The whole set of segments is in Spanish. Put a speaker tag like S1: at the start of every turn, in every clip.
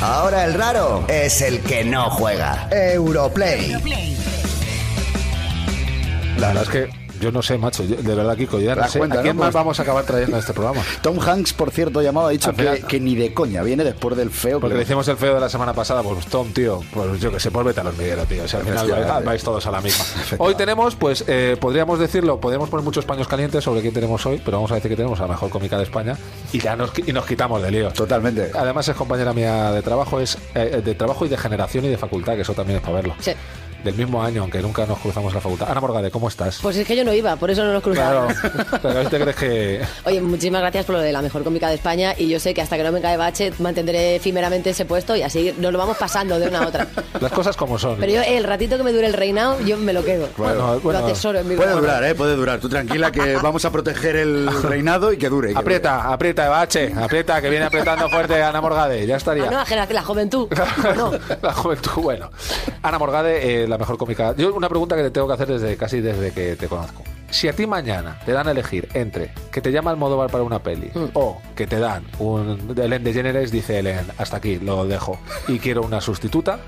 S1: Ahora el raro es el que no juega. Europlay.
S2: La verdad es que yo no sé, macho. Yo- de verdad, Kiko, ya
S3: ¿Te
S2: no
S3: das
S2: sé
S3: cuenta,
S2: a quién
S3: no?
S2: más
S3: Pues-
S2: vamos a acabar trayendo a este programa.
S3: Tom Hanks, por cierto, llamado, ha dicho
S2: Al final-
S3: que, que ni de coña viene después del feo.
S2: Porque le
S3: que-
S2: hicimos el feo de la semana pasada, pues Tom, tío, pues yo que sé, pues vete al hormiguero, tío. O sea, al final
S3: Efectivamente.
S2: vais, vais todos a la misma.
S3: Efectivamente.
S2: Hoy tenemos, pues, eh, podríamos decirlo, podríamos poner muchos paños calientes sobre quién tenemos hoy, pero vamos a decir que tenemos a la mejor cómica de España y ya nos, qui- y nos quitamos de lío.
S3: Totalmente.
S2: Además es compañera mía de trabajo, es eh, de trabajo y de generación y de facultad, que eso también es para verlo.
S4: Sí.
S2: Del mismo año, aunque nunca nos cruzamos en la facultad. Ana Morgade, ¿cómo estás?
S4: Pues es que yo no iba, por eso no nos
S2: claro.
S4: cruzamos.
S2: Pero ¿te crees que
S4: Oye, muchísimas gracias por lo de la mejor cómica de España y yo sé que hasta que no me cae bache mantendré efímeramente ese puesto y así nos lo vamos pasando de una a otra.
S2: las cosas como son?
S4: Pero yo el ratito que me dure el reinado, yo me lo quedo.
S2: Bueno, bueno.
S4: lo atesoro en mi
S3: Puede
S4: corazón.
S3: durar, ¿eh? Puede durar. Tú tranquila que vamos a proteger el reinado y que dure. y que
S2: Aprieta, aprieta, Bache, aprieta, que viene apretando fuerte Ana Morgade, ¿eh? ya
S4: Ah,
S2: estaría.
S4: no, ajena, que la juventud. No.
S2: La juventud, bueno. Ana Morgade, eh, la mejor cómica. Yo una pregunta que te tengo que hacer desde casi desde que te conozco. Si a ti mañana te dan a elegir entre que te llama Almodóvar para una peli
S4: Mm.
S2: o que te dan un Ellen DeGeneres, dice Ellen, hasta aquí lo dejo y quiero una sustituta,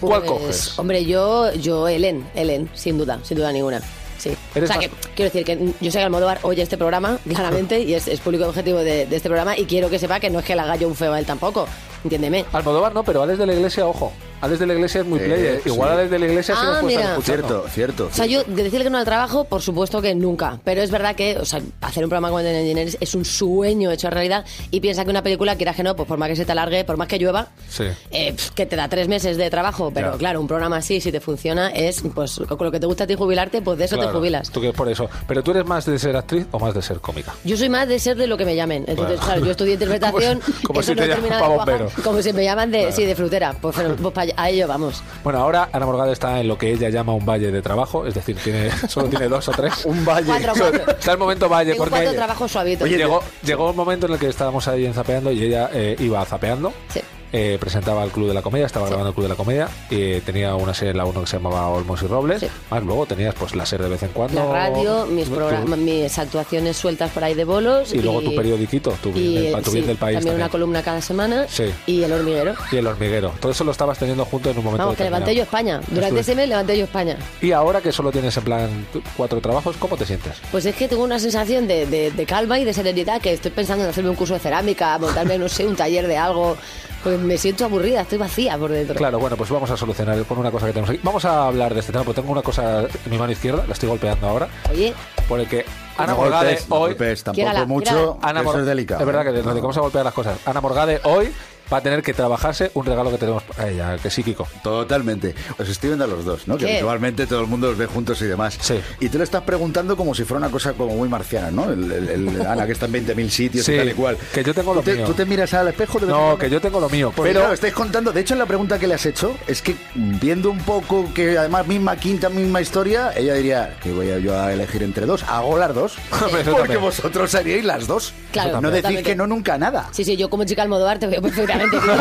S2: ¿cuál
S4: Pues,
S2: coges?
S4: Hombre, yo, yo, Helen, Helen, sin duda, sin duda ninguna. Sí.
S2: Eres
S4: o sea,
S2: más-
S4: que, quiero decir que yo sé que Almodóvar oye este programa, claramente, y es, es público objetivo de, de este programa, y quiero que sepa que no es que le haga yo un feo a él tampoco, entiéndeme.
S2: Almodóvar no, pero Alex de la Iglesia, ojo. Alex de la Iglesia es muy
S3: Eh,
S2: player. Igual
S3: sí.
S2: Alex de la Iglesia se
S4: Ah,
S2: nos puede estar
S4: mira.
S3: dure.
S2: escuchando.
S3: Cierto, cierto.
S4: O sea, yo de decirle que no al trabajo, por supuesto que nunca. Pero es verdad que o sea, hacer un programa como el de Engineers es un sueño hecho realidad. Y piensa que una película, quieras que no, pues por más que se te alargue, por más que llueva,
S2: Sí.
S4: eh, pf, que te da tres meses de trabajo. Pero
S2: Ya.
S4: claro, un programa así, si te funciona, es pues con lo que te gusta a ti jubilarte, pues de eso
S2: Claro,
S4: te jubilas.
S2: Tú que por eso. Pero tú eres más de ser actriz o más de ser cómica.
S4: Yo soy más de ser de lo que me llamen. Entonces,
S2: Claro.
S4: claro, yo estudié interpretación.
S2: Como si- como
S4: eso
S2: si
S4: no
S2: te
S4: he terminado
S2: llaman
S4: de
S2: pa'
S4: cuajar,
S2: bombero.
S4: Como si me llaman de, sí, de frutera. Pues, pero, pues, pa- a ello vamos.
S2: Bueno, ahora Ana Morgada está en lo que ella llama un valle de trabajo, es decir, tiene, solo tiene dos o tres.
S3: Un valle.
S4: Cuatro, cuatro.
S2: Está el momento valle,
S4: Tengo
S2: porque
S4: cuatro trabajos suavitos.
S2: Oye, llegó, llegó un momento en el que estábamos ahí en Zapeando y ella eh, iba zapeando.
S4: Sí.
S2: eh, presentaba el Club de la Comedia, estaba grabando el Club de la Comedia y eh, tenía una serie en la 1 que se llamaba Olmos y Robles.
S4: Sí.
S2: Más luego tenías pues la serie de vez en cuando.
S4: la radio, mis,
S2: tu-
S4: programas, mis actuaciones sueltas por ahí de bolos.
S2: Y luego tu periodiquito, tu bien del pa- tu bien del país
S4: También, una
S2: también.
S4: columna cada semana.
S2: Sí.
S4: Y el hormiguero.
S2: Y el hormiguero. Todo eso lo estabas teniendo junto en un momento.
S4: Vamos, que
S2: determinado.
S4: levanté yo España.
S2: Estuve-
S4: Durante ese mes levanté yo España.
S2: Y ahora que solo tienes en plan cuatro trabajos, ¿cómo te sientes?
S4: Pues es que tengo una sensación de, de- de calma y de serenidad que estoy pensando en hacerme un curso de cerámica, montarme, no sé, un taller de algo. Pues me siento aburrida, estoy vacía por dentro.
S2: Claro, bueno, pues vamos a solucionar con una cosa que tenemos aquí. Vamos a hablar de este tema, porque tengo una cosa en mi mano izquierda, la estoy golpeando ahora,
S4: Oye,
S2: por el que Ana
S3: No
S2: Morgade
S3: golpes, no
S2: hoy...
S3: golpes tampoco
S4: Quiérala,
S3: mucho.
S4: quiérala.
S2: Ana
S3: que eso
S2: Mor-
S3: es delicado.
S2: verdad que
S3: ¿eh?
S2: desde que vamos a golpear las cosas. Ana Morgade hoy va a tener que trabajarse un regalo que tenemos para ella, que es psíquico.
S3: Totalmente. Os estoy viendo a los dos, ¿no? Que
S4: ¿Qué?
S3: habitualmente todo el mundo los ve juntos y demás.
S2: Sí.
S3: Y tú le estás preguntando como si fuera una cosa como muy marciana, ¿no? El, el- el- Ana, que está en 20.000 sitios
S2: Sí,
S3: y tal y cual.
S2: que yo tengo lo
S3: tú te,
S2: mío.
S3: Tú te miras al espejo de vez en
S2: No,
S3: cuando?
S2: que yo tengo lo mío,
S3: Pero
S2: pero...
S3: estáis contando, de hecho en la pregunta que le has hecho, es que viendo un poco que además misma quinta, misma historia, ella diría que voy a, yo a elegir entre dos, hago las dos,
S2: Eso
S3: porque
S2: también.
S3: vosotros seríais las dos.
S4: Claro,
S3: no
S4: también.
S3: decís que no nunca a nada.
S4: sí, sí, yo como chica Almodóvar te veo perfectamente. tío.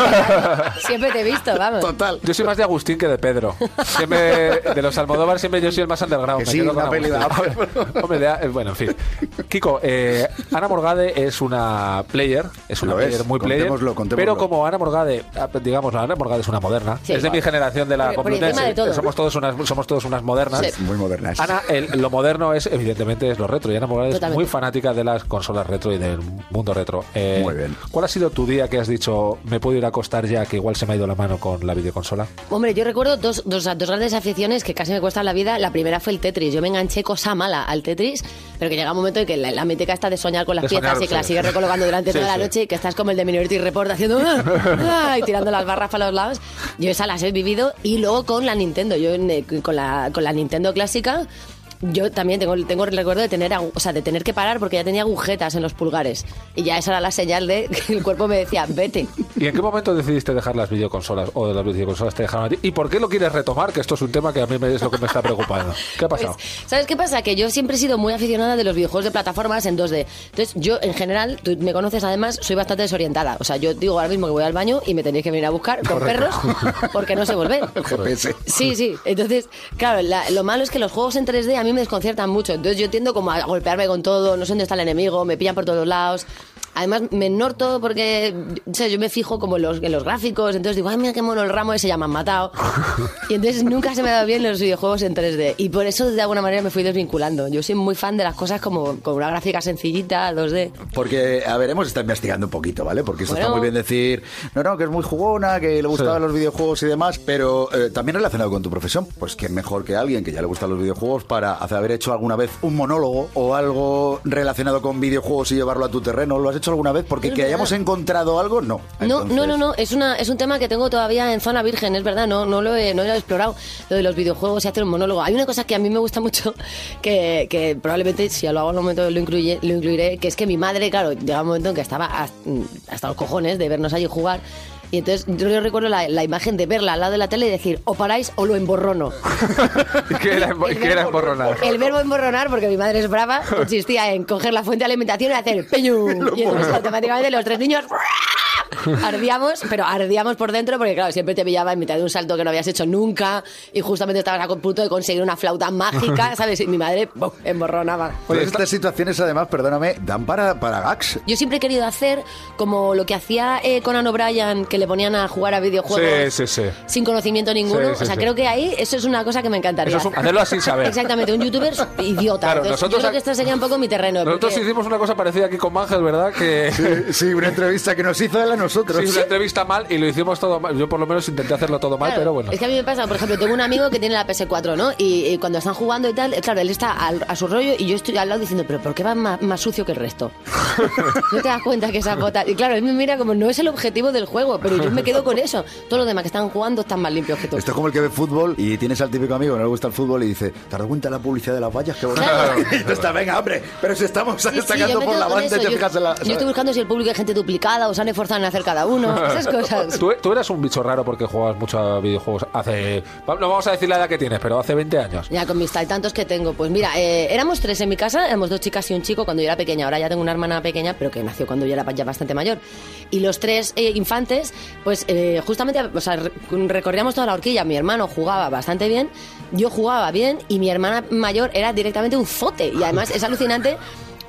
S4: Siempre te he visto, vamos.
S3: Total.
S2: Yo soy más de Agustín que de Pedro. Siempre, de los Almodóvar siempre yo soy el más underground.
S3: Que
S2: me
S3: sí,
S2: quedo con
S3: una peli de
S2: Agustín.
S3: Apple.
S2: Hombre, de- eh, bueno, en fin. Kiko, eh, Ana Morgade es una player, es una
S3: Lo
S2: player
S3: es,
S2: muy player.
S3: contémoslo, contémoslo.
S2: Pero como Ana Morgade, ah, digamos, Ana Morgade es una moderna.
S4: Sí.
S2: es de mi generación de la
S4: Por- por
S2: Complutense.
S4: encima de todo.
S2: Somos todos unas, somos todos unas modernas.
S4: Sí.
S3: Muy modernas.
S2: Ana, el- lo moderno es, evidentemente, es lo retro. Y Ana Morgade es
S4: Totalmente.
S2: muy fanática de las consolas retro y del mundo retro. Eh,
S3: Muy bien.
S2: ¿Cuál ha sido tu día que has dicho, me puedo ir a acostar ya, que igual se me ha ido la mano con la videoconsola?
S4: Hombre, yo recuerdo dos, dos, dos grandes aficiones que casi me cuestan la vida. La primera fue el Tetris. Yo me enganché cosa mala al Tetris, pero que llega un momento en que la, la mítica está de soñar con las
S2: De
S4: piezas
S2: soñar,
S4: y que las
S2: sí.
S4: sigues recolocando durante
S2: Sí,
S4: toda la
S2: sí.
S4: noche y que estás como el de Minority Report haciendo ¡ah! ¡ah! y tirando las barras para los lados. Yo esas las he vivido y luego con la Nintendo. Yo en, eh, con, la, con la Nintendo clásica. Yo también tengo, tengo el recuerdo de tener, agu- o sea, de tener que parar porque ya tenía agujetas en los pulgares. Y ya esa era la señal de que el cuerpo me decía, vete.
S2: ¿Y en qué momento decidiste dejar las videoconsolas o de las videoconsolas te dejaron a ti? ¿Y por qué lo quieres retomar? Que esto es un tema que a mí me- es lo que me está preocupando. ¿Qué ha pasado?
S4: Pues, ¿Sabes qué pasa? Que yo siempre he sido muy aficionada de los videojuegos de plataformas en 2D. Entonces, yo en general, tú me conoces además, soy bastante desorientada. O sea, yo digo ahora mismo que voy al baño y me tenéis que venir a buscar con perros porque no sé volver.
S3: GPS.
S4: Sí, sí. Entonces, claro, la- lo malo es que los juegos en 3D a mí me desconciertan mucho. Entonces yo tiendo como a golpearme con todo, no sé dónde está el enemigo, me pillan por todos lados. Además, me norto porque o sea, yo me fijo como en los, en los gráficos, entonces digo, ay, mira qué mono el ramo ese ya me han matado. Y entonces nunca se me ha dado bien los videojuegos en 3D. Y por eso de alguna manera me fui desvinculando. Yo soy muy fan de las cosas como con una gráfica sencillita, 2D.
S3: Porque, a ver, hemos estado investigando un poquito, ¿vale? Porque esto está
S4: Bueno.
S3: muy bien decir, no, no, que es muy jugona, que le gustaban
S2: Sí.
S3: los videojuegos y demás, pero eh, también relacionado con tu profesión, pues que mejor que alguien que ya le gustan los videojuegos para hacer- haber hecho alguna vez un monólogo o algo relacionado con videojuegos y llevarlo a tu terreno. ¿Lo has hecho alguna vez? Porque
S4: Es
S3: que
S4: verdad.
S3: hayamos encontrado algo, no.
S4: No,
S3: Entonces,
S4: no, no, no. Es, una, es un tema que tengo todavía en zona virgen, es verdad. No, no, lo, he, no lo he explorado, lo de los videojuegos y hacer un monólogo. Hay una cosa que a mí me gusta mucho, que, que probablemente si lo hago en un momento lo, incluye, lo incluiré, que es que mi madre, claro, llega un momento en que estaba hasta, hasta los cojones de vernos allí jugar. Y entonces yo yo recuerdo la, la imagen de verla al lado de la tele y decir, o paráis o lo emborrono.
S2: que era, que era emborronada.
S4: El verbo emborronar, porque mi madre es brava, consistía en coger la fuente de alimentación y hacer peñu. Y entonces automáticamente los tres niños ardíamos, pero ardíamos por dentro porque claro, siempre te pillaba en mitad de un salto que no habías hecho nunca y justamente estabas a punto de conseguir una flauta mágica, ¿sabes? Y mi madre ¡pum!, emborronaba.
S3: Oye, estas situaciones, además, perdóname, dan para, para gags.
S4: Yo siempre he querido hacer como lo que hacía eh, Conan O'Brien, que le ponían a jugar a videojuegos
S2: Sí, sí, sí.
S4: sin conocimiento ninguno.
S2: Sí, sí,
S4: o sea,
S2: sí.
S4: creo que ahí eso es una cosa que me encantaría.
S2: Eso es un- hacerlo así, saber.
S4: Exactamente, un youtuber idiota.
S2: Claro,
S4: Entonces,
S2: nosotros
S4: yo creo
S2: ha-
S4: que este sería un poco mi terreno.
S2: Nosotros
S4: porque-
S2: hicimos una cosa parecida aquí con Mangel, ¿verdad? Que
S3: Sí, una entrevista que nos hizo él a nosotros.
S2: sí, una entrevista mal y lo hicimos todo mal. Yo por lo menos intenté hacerlo todo mal,
S4: Claro,
S2: pero bueno.
S4: Es que a mí me pasa, por ejemplo, tengo un amigo que tiene la PS4, ¿no? Y, y cuando están jugando y tal, eh, claro, él está al- a su rollo y yo estoy al lado diciendo, pero ¿por qué va más, más sucio que el resto? no te das cuenta que esa botas... Y claro, él me mira como, no es el objetivo del juego, pero yo me quedo con eso. Todos los demás que están jugando están más limpios que tú.
S3: Esto es como el que ve fútbol y tienes al típico amigo que no le gusta el fútbol y dice, ¿te has dado cuenta de la publicidad de las vallas? Qué bonito.
S4: Claro.
S3: Entonces está, venga, hombre, pero si estamos
S4: Sí, sí, yo
S3: sacando
S4: me
S3: por
S4: quedo
S3: la
S4: con
S3: banda y
S4: eso.
S3: te fijas en la...
S4: Yo, yo estoy buscando si el público hay gente duplicada o se han esforzado en hacer cada uno, esas cosas.
S2: Tú, tú eras un bicho raro porque jugabas mucho a videojuegos hace... No vamos a decir la edad que tienes, pero hace 20 años.
S4: Ya, con mis tal- tantos que tengo. Pues mira, eh, éramos tres en mi casa, éramos dos chicas y un chico cuando yo era pequeña. Ahora ya tengo una hermana pequeña, pero que nació cuando yo era ya bastante mayor. Y los tres eh, infantes, pues eh, justamente, o sea, re- recorríamos toda la horquilla. Mi hermano jugaba bastante bien, yo jugaba bien y mi hermana mayor era directamente un zote. Y además es alucinante.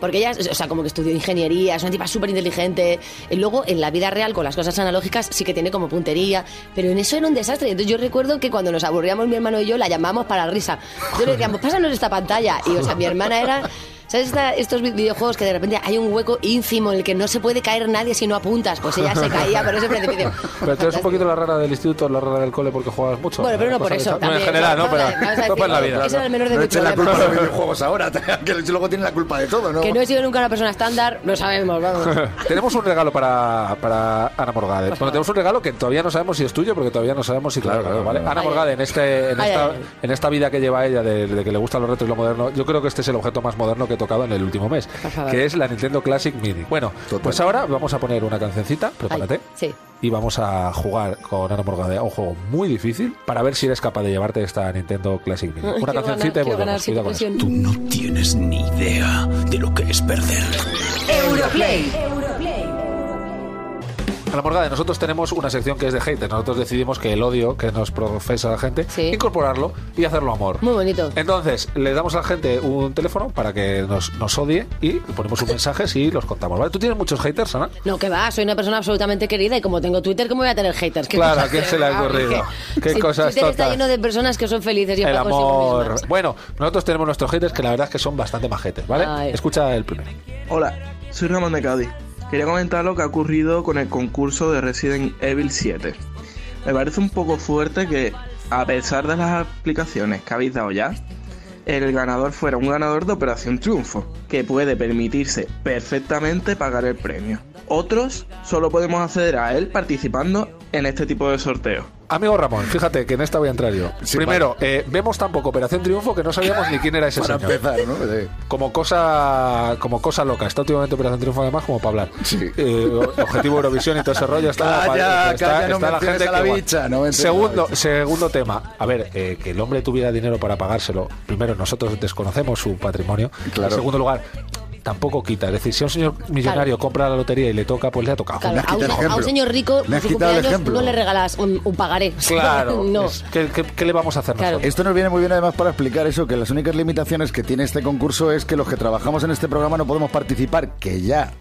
S4: Porque ella, es- o sea, como que estudió ingeniería, es una tipa súper inteligente. Y luego, en la vida real, con las cosas analógicas, sí que tiene como puntería. Pero en eso era un desastre. Entonces yo recuerdo que cuando nos aburríamos, mi hermano y yo, la llamamos para la risa. Yo le decíamos, pásanos esta pantalla. Y, o sea, mi hermana era... ¿Sabes esta- estos vi- videojuegos que de repente hay un hueco ínfimo en el que no se puede caer nadie si no apuntas? Pues ella se caía por ese precipicio.
S2: Pero tú eres un
S4: Fantástico.
S2: poquito la rara del instituto, la rara del cole porque jugabas mucho.
S4: Bueno, pero no
S2: Cosa
S4: por
S2: que
S4: eso,
S2: está- Bueno, en
S4: también.
S2: general, no,
S4: Vamos a ver, vamos a
S2: pero...
S4: decir,
S2: Topa en la
S4: ese era
S2: vida.
S4: el menor de
S3: no
S4: mi
S3: echen la
S4: problema.
S3: culpa a los videojuegos ahora, que luego tienen la culpa de todo, ¿no?
S4: Que no he sido nunca una persona estándar, lo sabemos, vamos.
S2: tenemos un regalo para, para Ana Morgade. Bueno, tenemos un regalo que todavía no sabemos si es tuyo, porque todavía no sabemos si claro, ¿vale? Ana
S4: Ay,
S2: Morgade,
S4: ay.
S2: en, este, en,
S4: Ay,
S2: esta,
S4: ay, ay.
S2: en esta vida que lleva ella de, de que le gustan los retos y lo moderno, yo creo que este es el objeto más moderno que he tocado en el último mes,
S4: Por favor.
S2: que es la Nintendo Classic MIDI. Bueno,
S3: Total.
S2: pues ahora vamos a poner una cancioncita, prepárate.
S4: Ay, sí.
S2: Y vamos a jugar con Ana Morgade a un juego muy difícil para ver si eres capaz de llevarte esta Nintendo Classic MIDI. Una
S4: Quiero ganar,
S2: cancioncita y
S4: quiero ganar
S2: volvemos.
S4: sin
S2: Cuidado con eso.
S4: presión.
S5: Tú no tienes ni idea de lo que es perder.
S1: Europlay.
S2: A la morgada, nosotros tenemos una sección que es de haters. Nosotros decidimos que el odio que nos profesa la gente,
S4: Sí.
S2: incorporarlo y hacerlo amor.
S4: Muy bonito.
S2: Eh. Entonces, le damos a la gente un teléfono para que nos, nos odie y ponemos un mensaje y los contamos. ¿vale? ¿Tú tienes muchos haters, Ana?
S4: No, que va, soy una persona absolutamente querida y como tengo Twitter, ¿cómo voy a tener haters? ¿Qué
S2: Claro,
S4: cosas
S2: ¿qué
S4: de
S2: se le ha
S4: verdad?
S2: ocurrido?
S4: Es que
S2: Qué
S4: si
S2: cosas
S4: Twitter está
S2: tontas.
S4: lleno de personas que son felices y ¿eh?
S2: el
S4: yo consigo
S2: amor. Bueno, nosotros tenemos nuestros haters que la verdad es que son bastante majetes, ¿vale?
S4: Ay.
S2: Escucha el primero.
S6: Hola, soy Ramón de Cádiz. Quería comentar lo que ha ocurrido con el concurso de Resident Evil 7. Me parece un poco fuerte que, a pesar de las aplicaciones que habéis dado ya, el ganador fuera un ganador de Operación Triunfo, que puede permitirse perfectamente pagar el premio. Otros solo podemos acceder a él participando en este tipo de sorteos.
S2: Amigo Ramón, fíjate que en esta voy a entrar yo.
S3: Sí,
S2: Primero, eh, vemos tan poco Operación Triunfo que no sabíamos ni quién era ese
S3: Para
S2: señor.
S3: empezar, ¿no? Sí.
S2: como cosa como cosa loca está últimamente Operación Triunfo además como para hablar
S3: Sí.
S2: Eh, o- objetivo Eurovisión y todo ese rollo está,
S3: Calla,
S2: está-
S3: calla, no
S2: está la
S3: menciones
S2: gente
S3: a la
S2: que igual.
S3: bicha, no menciones a la
S2: segundo
S3: bicha.
S2: segundo tema a ver eh, que el hombre tuviera dinero para pagárselo primero nosotros desconocemos su patrimonio
S3: Claro.
S2: en segundo lugar tampoco quita es decir si a un señor millonario compra la lotería y le toca pues le ha tocado
S4: Claro,
S3: has
S4: a, un,
S3: quitado el
S4: a un
S3: ejemplo.
S4: señor rico,
S3: Le
S4: por
S3: has
S4: su
S3: quitado el
S4: cumpleaños,
S3: ejemplo.
S4: no le regalas un, un pagaré.
S2: claro
S4: no.
S2: es- ¿qué, qué, qué le vamos a hacer
S4: Claro.
S2: nosotros?
S3: Esto nos viene muy bien además para explicar eso, que las únicas limitaciones que tiene este concurso es que los que trabajamos en este programa no podemos participar, que ya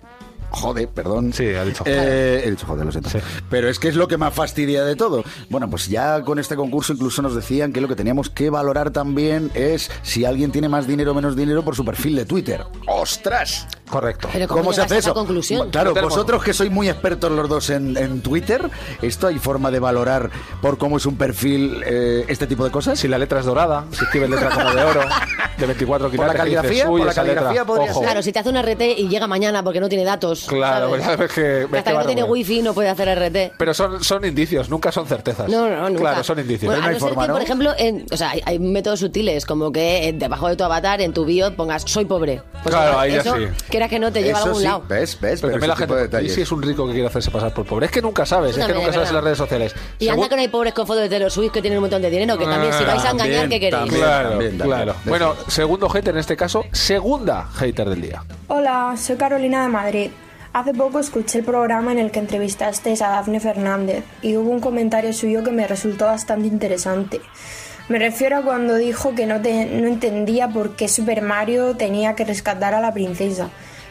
S3: jode, perdón.
S2: Sí, ha dicho
S3: Eh,
S2: joder.
S3: he dicho joder, lo siento.
S2: Sí.
S3: Pero es que es lo que más fastidia de todo. Bueno, pues ya con este concurso incluso nos decían que lo que teníamos que valorar también es si alguien tiene más dinero o menos dinero por su perfil de Twitter. ¡Ostras!
S2: Correcto.
S4: Pero ¿cómo,
S3: se
S4: llegas
S3: hace
S4: a esa
S3: eso?
S4: conclusión?
S3: Bueno, Claro,
S2: No tenemos-
S3: vosotros que sois muy expertos los dos en, en Twitter, ¿esto hay forma de valorar por cómo es un perfil eh, este tipo de cosas?
S2: Si la letra es dorada, si escribe letra como de oro, de 24
S3: Por la
S2: quilates, que dices,
S3: caligrafía,
S2: "Uy,
S3: por la
S2: esa letra,
S3: caligrafía podría
S2: ojo".
S3: ser.
S4: Claro, si te hace un RT y llega mañana porque no tiene datos.
S2: Claro,
S4: ¿sabes?
S2: pues ya ves que- ves que
S4: Hasta que
S2: va
S4: no tiene
S2: regular.
S4: wifi no puede hacer RT.
S2: Pero son, son indicios, nunca son certezas.
S4: No, no, nunca.
S2: Claro, son indicios.
S4: Bueno,
S3: Pero no
S4: a
S3: hay
S4: no ser
S3: forma,
S4: que,
S3: ¿no?
S4: por ejemplo, en- o sea, hay, hay métodos sutiles, como que eh, debajo de tu avatar, en tu bio, pongas soy pobre. Pues
S2: Claro,
S4: eso-
S2: ahí ya
S4: eso,
S2: sí.
S4: Quieras que no te lleva a
S3: Eso
S4: algún
S3: sí,
S4: lado.
S3: ¿Ves? ¿Ves?
S2: Pero también
S3: ese
S2: la
S3: tipo de
S2: gente, y
S3: detalles.
S2: si es un rico que quiere hacerse pasar por pobre. Es que nunca sabes,
S4: Eso
S2: es que
S4: también
S2: nunca
S4: es
S2: sabes en las
S4: verdad.
S2: redes sociales.
S4: Y anda
S2: Según-
S4: con ahí pobres con fotos de Taylor Swift que tienen un montón de dinero, que también
S2: Ah,
S4: si vais a
S3: también,
S4: engañar, ¿qué queréis?
S3: también.
S2: Claro,
S3: también.
S2: claro.
S3: Eso
S2: Bueno, segundo hater en este caso, segunda hater del día.
S7: Hola, soy Carolina de Madrid. Hace poco escuché el programa en el que entrevistasteis a Dafne Fernández y hubo un comentario suyo que me resultó bastante interesante. Me refiero a cuando dijo que no, te- no entendía por qué Super Mario tenía que rescatar a la princesa,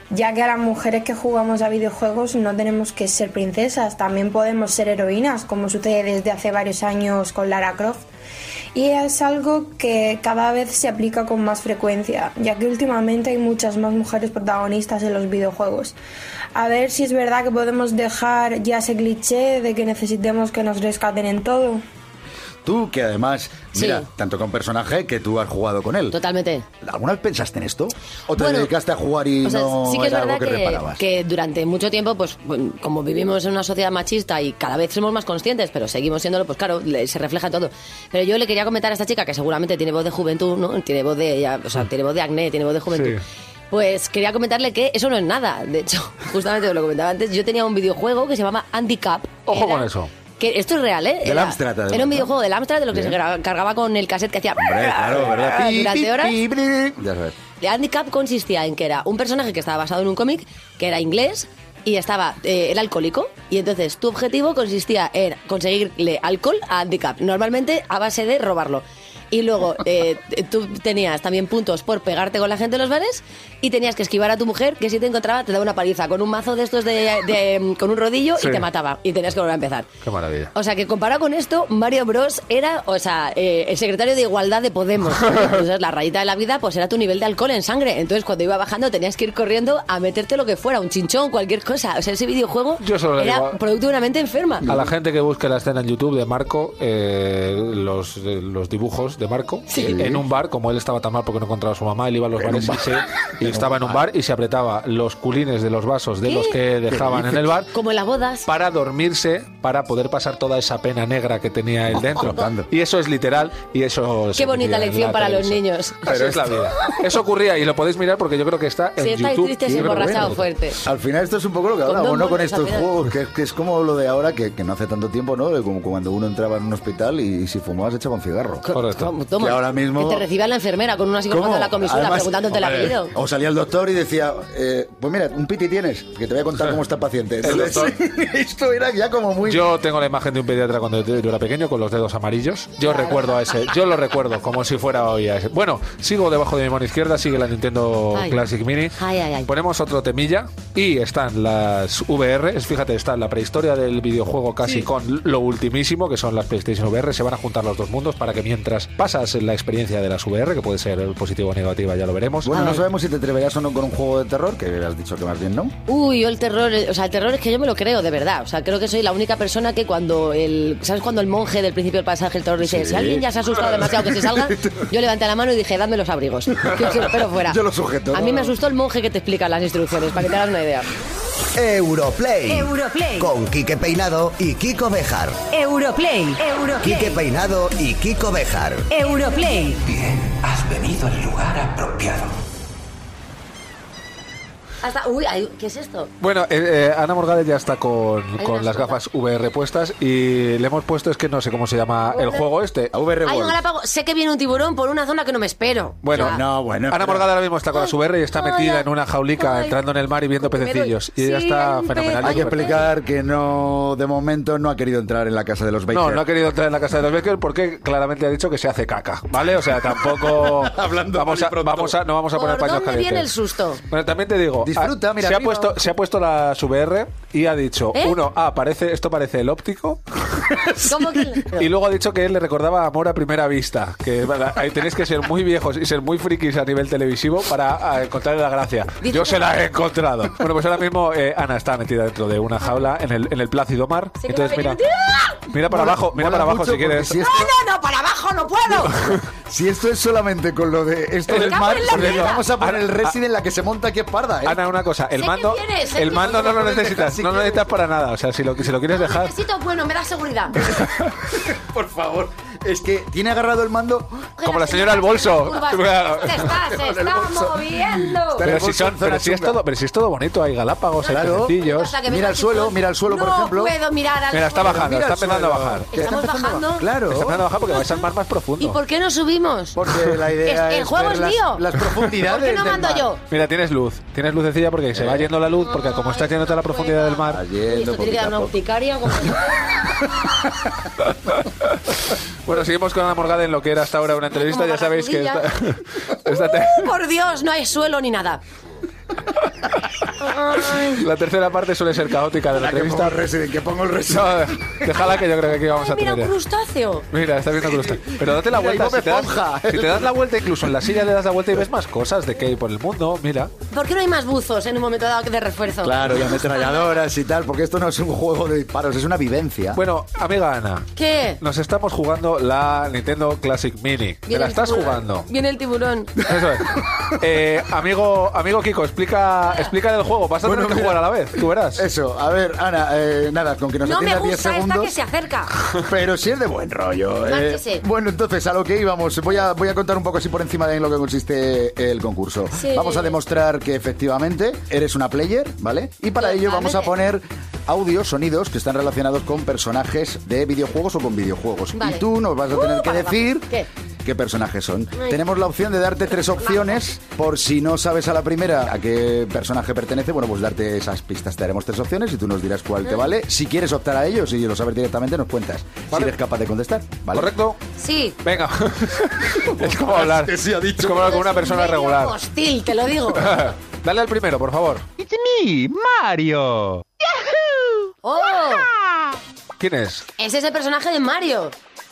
S7: ya que a las mujeres que jugamos a videojuegos no tenemos que ser princesas, también podemos ser heroínas, como sucede desde hace varios años con Lara Croft. Y es algo que cada vez se aplica con más frecuencia, ya que últimamente hay muchas más mujeres protagonistas en los videojuegos. A ver si es verdad que podemos dejar ya ese cliché de que necesitemos que nos rescaten en todo.
S3: Tú que además,
S4: Sí.
S3: mira, tanto con personaje que tú has jugado con él.
S4: Totalmente.
S3: ¿Alguna vez pensaste en esto? ¿O te
S4: Bueno,
S3: dedicaste a jugar y
S4: o sea,
S3: no
S4: sí que es
S3: era
S4: verdad
S3: algo que,
S4: que,
S3: reparabas?
S4: que durante mucho tiempo, pues bueno, como vivimos en una sociedad machista y cada vez somos más conscientes, pero seguimos siéndolo, pues claro, le- se refleja todo. Pero yo le quería comentar a esta chica que seguramente tiene voz de juventud, ¿no? Tiene voz de, ya, o
S3: Mm.
S4: sea, tiene voz de acné, tiene voz de juventud.
S2: Sí.
S4: Pues quería comentarle que eso no es nada. De hecho, justamente os lo comentaba antes, yo tenía un videojuego que se llamaba Handicap.
S2: Ojo
S4: Era-
S2: con eso.
S4: Que esto es real, ¿eh?
S3: Del
S4: Era-
S3: Amstrad, además,
S4: Era un
S3: ¿no?
S4: videojuego del Amstrad de lo que
S3: Bien.
S4: se gra- cargaba con el cassette que hacía.
S3: Hombre, claro, ¿verdad? Pi, pi,
S4: Durante horas.
S3: pi, pi, pi. Ya sabes.
S4: El handicap consistía en que era un personaje que estaba basado en un cómic, que era inglés y estaba eh, era alcohólico y entonces tu objetivo consistía en conseguirle alcohol a handicap, normalmente a base de robarlo. Y luego eh, t- tú tenías también puntos por pegarte con la gente en los bares y tenías que esquivar a tu mujer que si te encontraba te daba una paliza con un mazo de estos de, de- mm, con un rodillo
S2: Sí.
S4: y te mataba y tenías que volver a empezar.
S2: Qué maravilla.
S4: O sea, que comparado con esto, Mario Bros era, o sea, eh, el secretario de Igualdad de Podemos. Entonces, la rayita de la vida, pues era tu nivel de alcohol en sangre. Entonces, cuando iba bajando, tenías que ir corriendo a meterte lo que fuera, un chinchón, cualquier cosa. O sea, ese videojuego
S2: Yo solo le
S4: era
S2: digo a-
S4: producto de una mente enferma.
S2: A la gente que busque la escena en YouTube de Marco, eh, los, eh, los dibujos de Marco, eh, en un bar, como él estaba tan mal porque no encontraba a su mamá, él iba a los bares y, se- y estaba en un bar y se apretaba los culines de los vasos de los que dejaban en el bar
S4: Como en las bodas.
S2: para dormirse, para poder pasar toda esa pena negra que tenía él dentro.
S3: Flipando.
S2: Y eso es literal y eso... se
S4: Oh, Qué bonita
S2: vive en
S4: lección
S2: la
S4: para los
S2: televisión.
S4: niños.
S2: Así es la vida. Eso ocurría y lo podéis mirar porque yo creo que está en
S4: Si estáis
S2: YouTube.
S4: tristes,
S2: Sí, pero
S4: emborrachados
S2: bueno.
S4: fuerte.
S3: Al final esto es un poco lo que
S4: Con
S3: hablábamos,
S4: dos
S3: ¿no? Con
S4: monos
S3: estos
S4: apenas.
S3: juegos, que, que es como lo de ahora, que, que no hace tanto tiempo, ¿no? De Como cuando uno entraba en un hospital y, si fumabas echaba un cigarro.
S4: Co-
S2: Correcto.
S4: toma, toma.
S3: Que ahora mismo-
S4: Que te recibía la enfermera con una psicópata
S3: ¿Cómo?
S4: de la comisura
S3: Además,
S4: preguntándote el
S2: hombre,
S4: apellido.
S3: O salía el doctor y decía, eh, pues mira, un piti tienes, que te voy a contar cómo está el paciente.
S2: doctor.
S3: esto era ya como muy...
S2: Yo tengo la imagen de un pediatra cuando yo era pequeño con los dedos amarillos. Yo recuerdo a ese, yo lo recuerdo como si fuera hoy a ese. Bueno, sigo debajo de mi mano izquierda, sigue la Nintendo
S4: Ay.
S2: Classic Mini.
S4: Ay, ay, ay.
S2: Ponemos otro temilla y están las VR. Fíjate, está la prehistoria del videojuego casi con lo ultimísimo, que son las PlayStation VR. Se van a juntar los dos mundos para que mientras pasas la experiencia de las VR, que puede ser positiva o negativa, ya lo veremos.
S3: Bueno, no sabemos si te atreverás o no con un juego de terror, que has dicho que más bien no.
S4: Uy, yo el terror, eh, o sea, el terror es que yo me lo creo, de verdad. O sea, creo que soy la única persona que cuando el, ¿sabes cuando el monje del principio del pasaje el terror dice, si alguien ya se ha asustado
S2: Ah.
S4: demasiado que se salga, yo levanté la mano y dije, dame los abrigos. Yo se lo espero fuera.
S3: Yo lo sujeto.
S4: A mí me asustó el monje que te explica las instrucciones, para que te hagas una idea.
S1: Europlay.
S8: Europlay.
S1: Con Quique Peinado y Kiko Bejar.
S8: Europlay. Eh.
S1: Quique
S8: Europlay.
S1: Peinado y Kiko Bejar.
S8: Europlay.
S5: Bien, has venido al lugar apropiado.
S4: Hasta, uy, ay, ¿qué es esto?
S2: Bueno, eh, eh, Ana Morgade ya está con,
S4: Hay
S2: con
S4: unas
S2: las
S4: cosas.
S2: gafas VR puestas y le hemos puesto, es que no sé cómo se llama el juego este.
S3: VR
S4: Hay un
S3: World.
S4: galapago, sé que viene un tiburón por una zona que no me espero.
S2: Bueno,
S4: O sea,
S3: no, bueno,
S2: Ana
S3: pero-
S2: Morgada ahora mismo está con la VR y está
S4: Hola.
S2: metida en una jaulica
S4: Ay.
S2: entrando en el mar y viendo
S4: Primero-
S2: pececillos. Y ella
S4: Sí,
S2: está
S4: hay un pez.
S2: fenomenal.
S3: Hay que
S4: Ay,
S2: Súper-
S3: explicar que no, de momento, no ha querido entrar en la casa de los Baker.
S2: No, no ha querido entrar en la casa de los Becker porque claramente ha dicho que se hace caca, ¿vale? O sea, tampoco
S3: Hablando
S2: vamos
S3: mal y
S2: a,
S3: pronto.
S2: vamos a- no vamos a poner
S4: ¿Por
S2: paños
S4: dónde
S2: calientes.
S4: viene el susto?
S2: Bueno, también te digo,
S3: Disfruta,
S2: Ah,
S3: mira.
S2: se, ha
S3: vino.
S2: puesto, se ha puesto la VR y ha dicho,
S4: ¿Eh?
S2: uno, ah, parece, esto parece el óptico.
S4: ¿Cómo que-
S2: Y luego ha dicho que él le recordaba amor a primera vista. Que bueno, ahí tenéis que ser muy viejos y ser muy frikis a nivel televisivo para ah, encontrarle la gracia.
S4: Dice
S2: Yo
S4: que-
S2: se la he encontrado. Bueno, pues ahora mismo eh, Ana está metida dentro de una jaula en el, en el plácido mar.
S4: Se queda
S2: Entonces mira,
S4: pendiente.
S2: mira para
S3: Mola-
S2: abajo, mira
S3: mola
S2: para abajo
S3: mucho
S2: si quieres.
S3: porque Si
S4: No,
S3: esto,
S4: no, no, para abajo no puedo.
S3: si esto es solamente con lo de esto
S2: Me
S3: del
S4: cago
S3: mar,
S4: en la
S3: porque
S4: vida.
S3: vamos a poner
S2: Ana-
S3: el Resident en la que se monta aquí es parda, ¿eh?
S2: Ana, una cosa, el
S4: Sé que
S2: mando,
S4: vienes, sé
S2: el
S4: que
S2: mando no
S4: vienes.
S2: lo necesitas, no lo necesitas para nada. O sea, si lo, si lo quieres dejar,
S4: Necesito, bueno, me da seguridad.
S3: Por favor. Es que tiene agarrado el mando.
S2: Como la señora al bolso. Claro.
S4: Se está, se está moviendo.
S3: Pero
S2: Pero
S3: vos
S2: si, son,
S3: son
S2: pero,
S3: zona
S2: si es
S3: chunga.
S2: todo, pero si es todo bonito, hay galápagos, hay
S3: Claro.
S2: pececillos.
S4: O sea, que
S3: Mira
S4: venga
S3: al suelo,
S4: chicos.
S3: mira al suelo, por ejemplo.
S4: No puedo mirar al
S2: Mira, está
S4: suelo.
S2: bajando, está
S3: Mira el suelo.
S2: empezando a bajar.
S3: Está
S4: Estamos
S3: empezando a-
S4: bajando.
S3: Claro.
S2: Está empezando a bajar porque vais al mar más profundo.
S4: ¿Y por qué no subimos?
S3: Porque la idea
S4: Es-
S3: es,
S4: el juego
S3: ver
S4: es
S3: las,
S4: mío.
S3: las profundidades.
S4: ¿Por qué no
S3: del
S4: mando
S3: mar.
S4: yo?
S2: Mira, tienes luz. Tienes lucecilla porque
S3: Eh.
S2: se va yendo la luz, porque como estás yéndote a la profundidad del mar.
S3: Yendo
S4: Esto tiene que
S3: poquito
S4: dar
S3: a
S4: una
S3: poco.
S4: urticaria. como-
S2: Bueno, seguimos con Ana Morgada en lo que era hasta ahora una entrevista.
S4: Como
S2: Ya sabéis que esta,
S4: barracudilla.
S2: esta te-
S4: Por Dios, no hay suelo ni nada.
S2: la tercera parte suele ser caótica de la
S3: La que pongo
S2: entrevista.
S3: el Resident, que pongo el Resident.
S2: No, déjala que yo creo que aquí vamos
S4: Ay,
S2: a
S4: mira,
S2: tener.
S4: un
S2: ya.
S4: crustáceo.
S2: Mira, está viendo crustáceos. Pero date la vuelta.
S3: Mira, y Bob
S2: Si te, das,
S3: Esponja.
S2: si te das la vuelta, incluso en la silla le das la vuelta y ves más cosas de que hay por el mundo. Mira.
S4: ¿Por qué no hay más buzos en un momento dado que de refuerzo?
S3: Claro, y ametralladoras y tal, porque esto no es un juego de disparos, es una vivencia.
S2: Bueno, amiga Ana,
S4: ¿Qué?
S2: nos estamos jugando la Nintendo Classic Mini. ¿Te
S4: Viene
S2: la
S4: el
S2: estás
S4: tiburón.
S2: jugando?
S4: Viene el tiburón.
S2: Eso es. Eh, amigo, amigo Kiko, explica, explica el juego. Vas a
S3: Bueno,
S2: tener que
S3: mira.
S2: jugar a la vez, tú verás.
S3: Eso, a ver, Ana, eh, nada, con que nos
S4: No me
S3: atiendas 10
S4: gusta esta
S3: segundos.
S4: que se acerca.
S3: Pero sí es de buen rollo. eh.
S4: Márchese.
S3: Bueno, entonces, a lo que íbamos, voy a, voy a contar un poco así por encima de en lo que consiste el concurso.
S4: Sí.
S3: Vamos a demostrar que efectivamente eres una player, ¿vale? Y para ello vamos a
S4: Totalmente.
S3: poner audios, sonidos que están relacionados con personajes de videojuegos o con videojuegos.
S4: Vale.
S3: Y tú nos vas a
S4: Uh,
S3: tener que
S4: para abajo.
S3: decir
S4: ¿Qué?
S3: qué personajes son.
S4: Ay.
S3: Tenemos la opción de darte tres opciones por si no sabes a la primera a qué personaje pertenece. Bueno, pues darte esas pistas. Te haremos tres opciones y tú nos dirás cuál te vale. Si quieres optar a ellos y lo sabes directamente, nos cuentas. Si
S2: Vale.
S3: eres capaz de contestar. ¿vale?
S2: ¿Correcto?
S4: Sí.
S2: Venga. es como hablar.
S3: que sí ha dicho.
S2: Es como hablar con una
S4: Es un
S2: persona
S4: medio
S2: regular.
S4: Hostil, te lo digo.
S2: Dale al primero, por favor.
S4: ¡Oh!
S2: ¿Quién es?
S4: Ese es el personaje de Mario.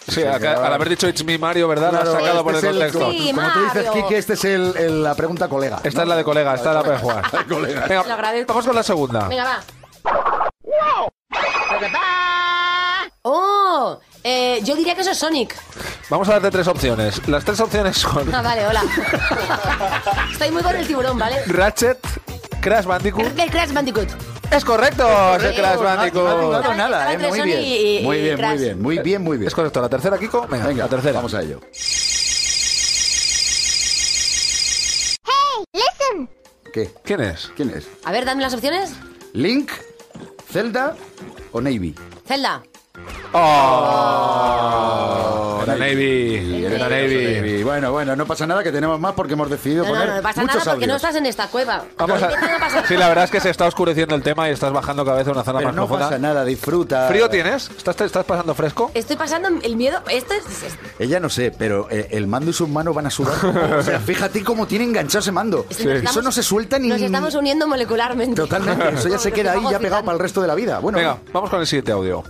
S2: Sí, acá- al haber dicho It's me Mario, ¿verdad?
S3: Claro,
S2: lo has sacado por el
S3: este es
S2: contexto.
S4: Sí,
S3: como tú dices,
S4: Mario.
S3: Kike, este es el, el- la pregunta colega. ¿no?
S2: Esta es la de colega, esta es la para jugar. Venga,
S4: Lo agradezco.
S2: vamos con la segunda.
S3: Ah.
S4: Venga, va. ¡Oh! Eh, yo diría que eso es Sonic.
S2: Vamos a darte tres opciones. Las tres opciones son
S4: Ah, vale, hola. Estoy muy con el tiburón, ¿vale?
S2: Ratchet, Crash Bandicoot.
S4: El Crash Bandicoot.
S2: Es correcto, es el Crash
S4: Eh,
S3: No ha dudado
S2: Bandicoot.
S4: Claro,
S3: nada, ¿eh?
S4: entre
S3: Muy
S4: Sony
S3: bien.
S4: y-
S3: muy
S4: y
S3: bien, muy
S4: Crash.
S3: bien, muy bien, muy bien.
S2: Es correcto, la tercera, Kiko. Venga,
S3: Venga,
S2: la tercera.
S3: vamos a ello. ¿Qué?
S2: ¿Quién es?
S3: ¿Quién es?
S4: A ver, dame las opciones.
S3: ¿Link, Zelda o Navy?
S4: Zelda.
S2: ¡Oh! La Navy. La Navy.
S3: Navy. Bueno, bueno, no pasa nada que tenemos más porque hemos decidido
S4: No, no,
S3: poner
S4: no, no pasa nada
S3: muchos
S4: porque no
S3: audios.
S4: estás en esta cueva.
S2: Vamos
S4: Ahí no
S2: a...
S4: pasa
S2: Sí, la verdad es que se está oscureciendo el tema y estás bajando cada vez a una zona
S3: Pero
S2: más
S3: no
S2: profunda.
S3: pasa nada, disfruta.
S2: ¿Frío tienes? ¿Estás, te- estás pasando fresco?
S4: Estoy pasando el miedo. Esto es. es-
S3: Ella no sé, pero eh, el mando y sus manos van a sudar. o sea, fíjate cómo tiene enganchado ese mando.
S4: es- nos
S3: Eso
S4: estamos-
S3: no se suelta ni...
S4: Nos estamos uniendo molecularmente.
S3: Totalmente, eso ya se
S4: Nos
S3: queda ahí
S4: estamos
S3: ya pegado
S4: juntando.
S3: para el resto de la vida. Bueno,
S2: Venga, vamos con el siguiente audio.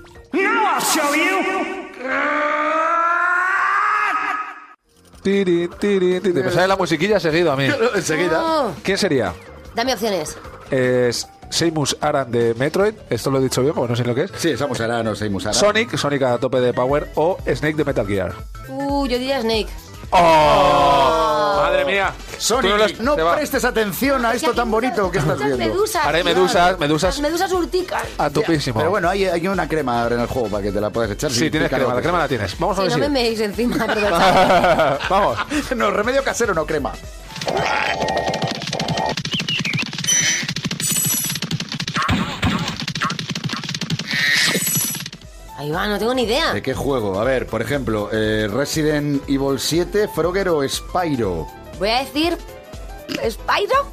S2: Tiri, tiri, tiri. Me sale la musiquilla seguido a mí.
S3: enseguida.
S4: No.
S2: ¿Quién sería?
S4: Dame opciones.
S2: Es Seamus Aran de Metroid. Esto lo he dicho bien, porque no sé lo que es.
S3: Sí, estamos ahora, no seguimos ahora.
S2: Sonic, Sonic a tope de power o Snake de Metal Gear.
S4: Uh, yo diría Snake.
S2: ¡Oh! ¡Madre mía! Tú
S3: Sonic,
S2: los-
S3: no
S2: te va.
S3: prestes atención a Ah, esto
S4: aquí
S3: tan bonito que estás
S4: muchas
S3: viendo.
S4: Medusas,
S2: Ahora hay
S4: tío.
S2: medusas, medusas.
S4: Las medusas urtican.
S2: A topísimo.
S3: Pero bueno, hay, hay una crema ahora en el juego para que te la puedas echar.
S2: sí,
S3: sin
S2: tienes
S3: picar
S2: crema, la
S3: otros.
S2: crema la tienes. Vamos
S4: Si
S2: con el
S4: no me
S2: siguiente.
S4: meéis encima, perdón.
S2: Vamos.
S3: No, remedio casero, no crema.
S4: Ahí va, no tengo ni idea.
S3: ¿De qué juego? A ver, por ejemplo, eh, Resident Evil 7, Frogger o Spyro.
S4: Voy a decir. ¿Spyro?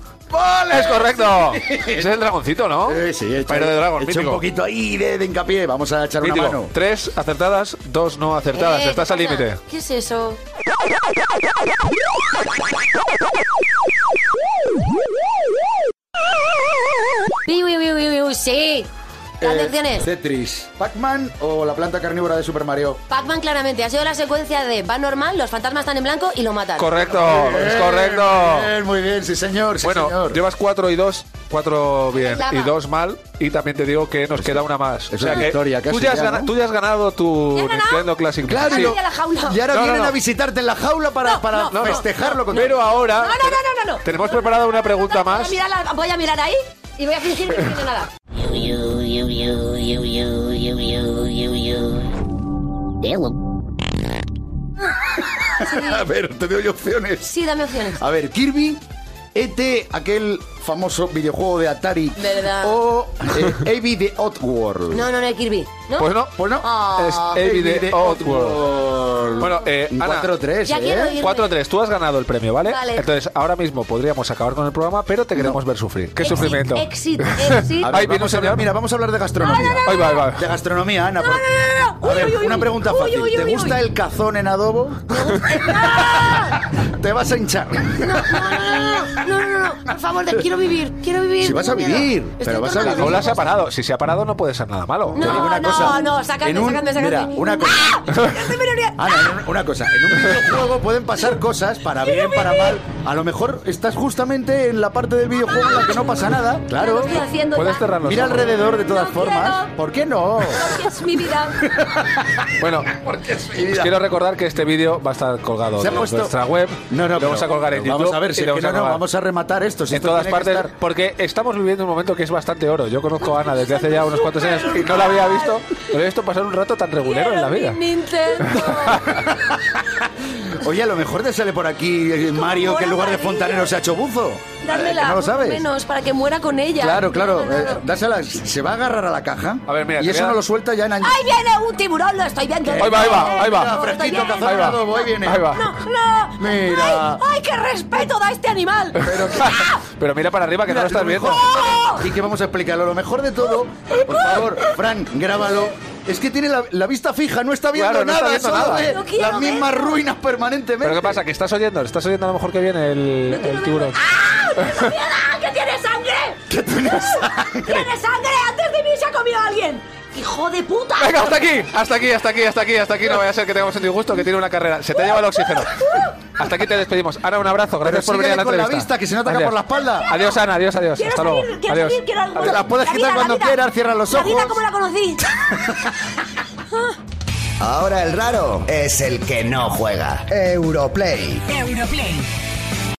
S2: ¡Es correcto! Ese es el dragoncito, ¿no?
S3: Eh, sí, he hecho,
S2: Pero de dragón,
S3: he hecho un
S2: mítico.
S3: poquito ahí de, de hincapié. Vamos a echar
S2: Mítico.
S3: una mano.
S2: Tres acertadas, dos no acertadas.
S4: Eh, ¿qué
S2: Estás al
S4: pasa?
S2: límite.
S4: ¿Qué es eso? Cruz, sí. ¿Qué
S3: Eh,
S4: opciones?
S3: Tetris, Pac-Man o la planta carnívora de Super Mario.
S4: Pac-Man claramente ha sido la secuencia de va normal, los fantasmas están en blanco y lo matan.
S2: Correcto, es correcto.
S3: Muy bien, muy bien, sí señor, Eh, sí
S2: bueno,
S3: señor.
S2: llevas cuatro y dos, cuatro bien
S4: Lava.
S2: y dos mal, y también te digo que nos queda una más.
S3: es una
S2: que
S3: victoria
S2: tú,
S3: casi
S2: ya has
S3: ya,
S2: gana-
S3: ¿no?
S2: tú ya has ganado tu
S4: ¿Ya he ganado?
S2: Nintendo Classic.
S3: Claro,
S2: Sí.
S4: Ahora voy a la jaula.
S3: Y ahora
S2: No, no,
S3: vienen
S2: no.
S3: a visitarte en la jaula para,
S4: No,
S3: para
S4: no, no,
S3: festejarlo con
S2: Ah, Pero ahora
S4: No, no, no, no, no, no.
S2: tenemos preparada una pregunta más.
S4: Voy a, mirar la- voy a mirar ahí y voy a fingir que no tiene nada.
S3: A ver, te doy opciones.
S4: Sí, dame opciones.
S3: A ver, Kirby, E.T., aquel famoso videojuego de Atari.
S4: Verdad.
S3: O eh, Avi the Odd World.
S4: No, no, no, Kirby. ¿No?
S2: Pues no,
S3: Pues no.
S4: Ah.
S2: es Avi the Oddworld. Bueno, eh, Ana.
S3: 4-3,
S4: Ya quiero
S3: ¿eh?
S4: ir.
S2: 4-3, tú has ganado el premio, ¿vale?
S4: Vale.
S2: Entonces, ahora mismo podríamos acabar con el programa, pero te queremos ver sufrir. ¡Qué
S4: Exit,
S2: sufrimiento!
S4: Exit, exit.
S3: A
S2: Ahí viene
S3: vamos
S2: un
S3: a hablar-
S2: señor.
S3: mira, vamos a hablar de
S4: Ah,
S3: gastronomía.
S2: Ahí va, ahí va.
S3: De gastronomía, Ana. por-
S4: no, no.
S3: A ver,
S4: Uy, uy, uy,
S3: una
S4: uy.
S3: pregunta
S4: Uy,
S3: fácil.
S4: uy,
S3: ¿Te
S4: uy,
S3: gusta
S4: uy.
S3: el cazón en adobo? Te vas a hinchar.
S4: No, no, no, no, no, no, no, por favor, te- quiero vivir, quiero vivir.
S3: Si vas a
S4: tengo miedo.
S3: vivir,
S4: Estoy
S3: pero vas a
S4: tornando
S2: La
S3: vivir.
S2: jaula se ha parado. Si se ha parado, no puede ser nada malo.
S4: No,
S3: Te digo una
S4: no,
S3: cosa.
S4: no, sacadme,
S3: En un-
S4: sacadme, sacadme.
S3: Mira, una cosa.
S4: ¡Ah!
S2: Ah,
S3: Ana, en un- una cosa. En un videojuego pueden pasar cosas para bien, para mal. A lo mejor estás justamente en la parte del videojuego en la que no pasa nada.
S4: Lo
S3: Claro.
S4: estoy haciendo
S2: Puedes
S4: ya.
S2: cerrar los
S3: Mira
S2: ojos.
S3: alrededor de todas
S4: No
S3: formas.
S4: quiero.
S3: ¿Por qué no?
S4: Porque es mi vida.
S2: Bueno, os quiero recordar que este vídeo va a estar colgado
S3: Se ha
S2: en
S3: puesto-
S2: nuestra web.
S3: No, no,
S2: lo vamos
S3: pero-
S2: a colgar en
S3: pero
S2: YouTube.
S3: Vamos a ver, si
S2: y
S3: es
S2: lo
S3: que
S2: vamos a
S3: no, no,
S2: colgar
S3: vamos a rematar esto.
S2: Pues
S3: si
S2: En
S3: esto
S2: todas
S3: tiene que
S2: partes,
S3: estar-
S2: porque estamos viviendo un momento que es bastante oro. Yo conozco a Ana desde hace ya unos cuantos años y no la había visto. No había visto pasar un rato tan regulero en la vida.
S4: Mi Nintendo.
S3: Oye, a lo mejor te sale por aquí eh, Mario que en lugar de
S4: amarillo.
S3: fontanero se ha hecho buzo. Eh, que
S4: Dármela,
S3: no lo
S4: por
S3: sabes.
S4: menos, para que muera con ella.
S3: Claro, claro.
S4: No, no, no.
S3: eh, dásela. Se va a agarrar a la caja.
S2: A ver, mira,
S3: Y
S2: te
S3: eso
S2: voy a-
S3: no lo suelta ya en años.
S4: ¡Ahí viene un tiburón! ¡Lo estoy viendo! Eh,
S2: Ahí va, ahí va, ahí va.
S4: Lo estoy
S3: Fresquito,
S4: viendo.
S3: cazador.
S2: Ahí va.
S3: Ahí viene.
S2: Ahí va.
S4: ¡No, no!
S3: Mira.
S4: ¡Ay, ay, qué respeto da este animal!
S2: Pero mira para arriba que no lo estás viendo.
S3: Y que vamos a explicarlo. Lo mejor de todo, por favor, Frank, grábalo. Es que tiene la, la vista fija, no está viendo
S2: Claro, no
S3: nada,
S2: está viendo
S3: solo
S2: nada.
S3: ve
S4: No quiero
S3: las mismas
S4: verlo.
S3: ruinas permanentemente.
S2: Pero ¿qué pasa? ¿Que estás oyendo? ¿Estás oyendo a lo mejor que viene el,
S4: No quiero
S2: el tiburón?
S4: verlo. ¡Ah! ¡Tengo miedo! ¡Que tiene sangre!
S3: Que tiene sangre.
S4: ¡Tiene sangre! ¡Antes de mí se ha comido a alguien! ¡Hijo de puta!
S2: Venga, hasta aquí, hasta aquí, hasta aquí, hasta aquí, hasta aquí. No vaya a ser que tengamos un disgusto que tiene una carrera. Se te lleva el oxígeno. Hasta aquí te despedimos. Ana, un abrazo. Gracias
S3: Uh. Pero
S2: por venir a la
S3: síguele con la
S2: entrevista.
S3: vista, que se nota que por la espalda.
S2: Adiós, Ana. Adiós, adiós.
S4: Quiero
S2: hasta
S4: salir,
S2: luego.
S4: quiero
S2: adiós.
S4: salir, quiero algo.
S3: Te las puedes
S4: La
S3: quitar
S4: vida,
S3: cuando
S4: la vida.
S3: quieras, cierra los
S4: La vida
S3: ojos.
S4: como la conocí.
S1: Ahora el raro es el que no juega. Europlay.
S8: Europlay.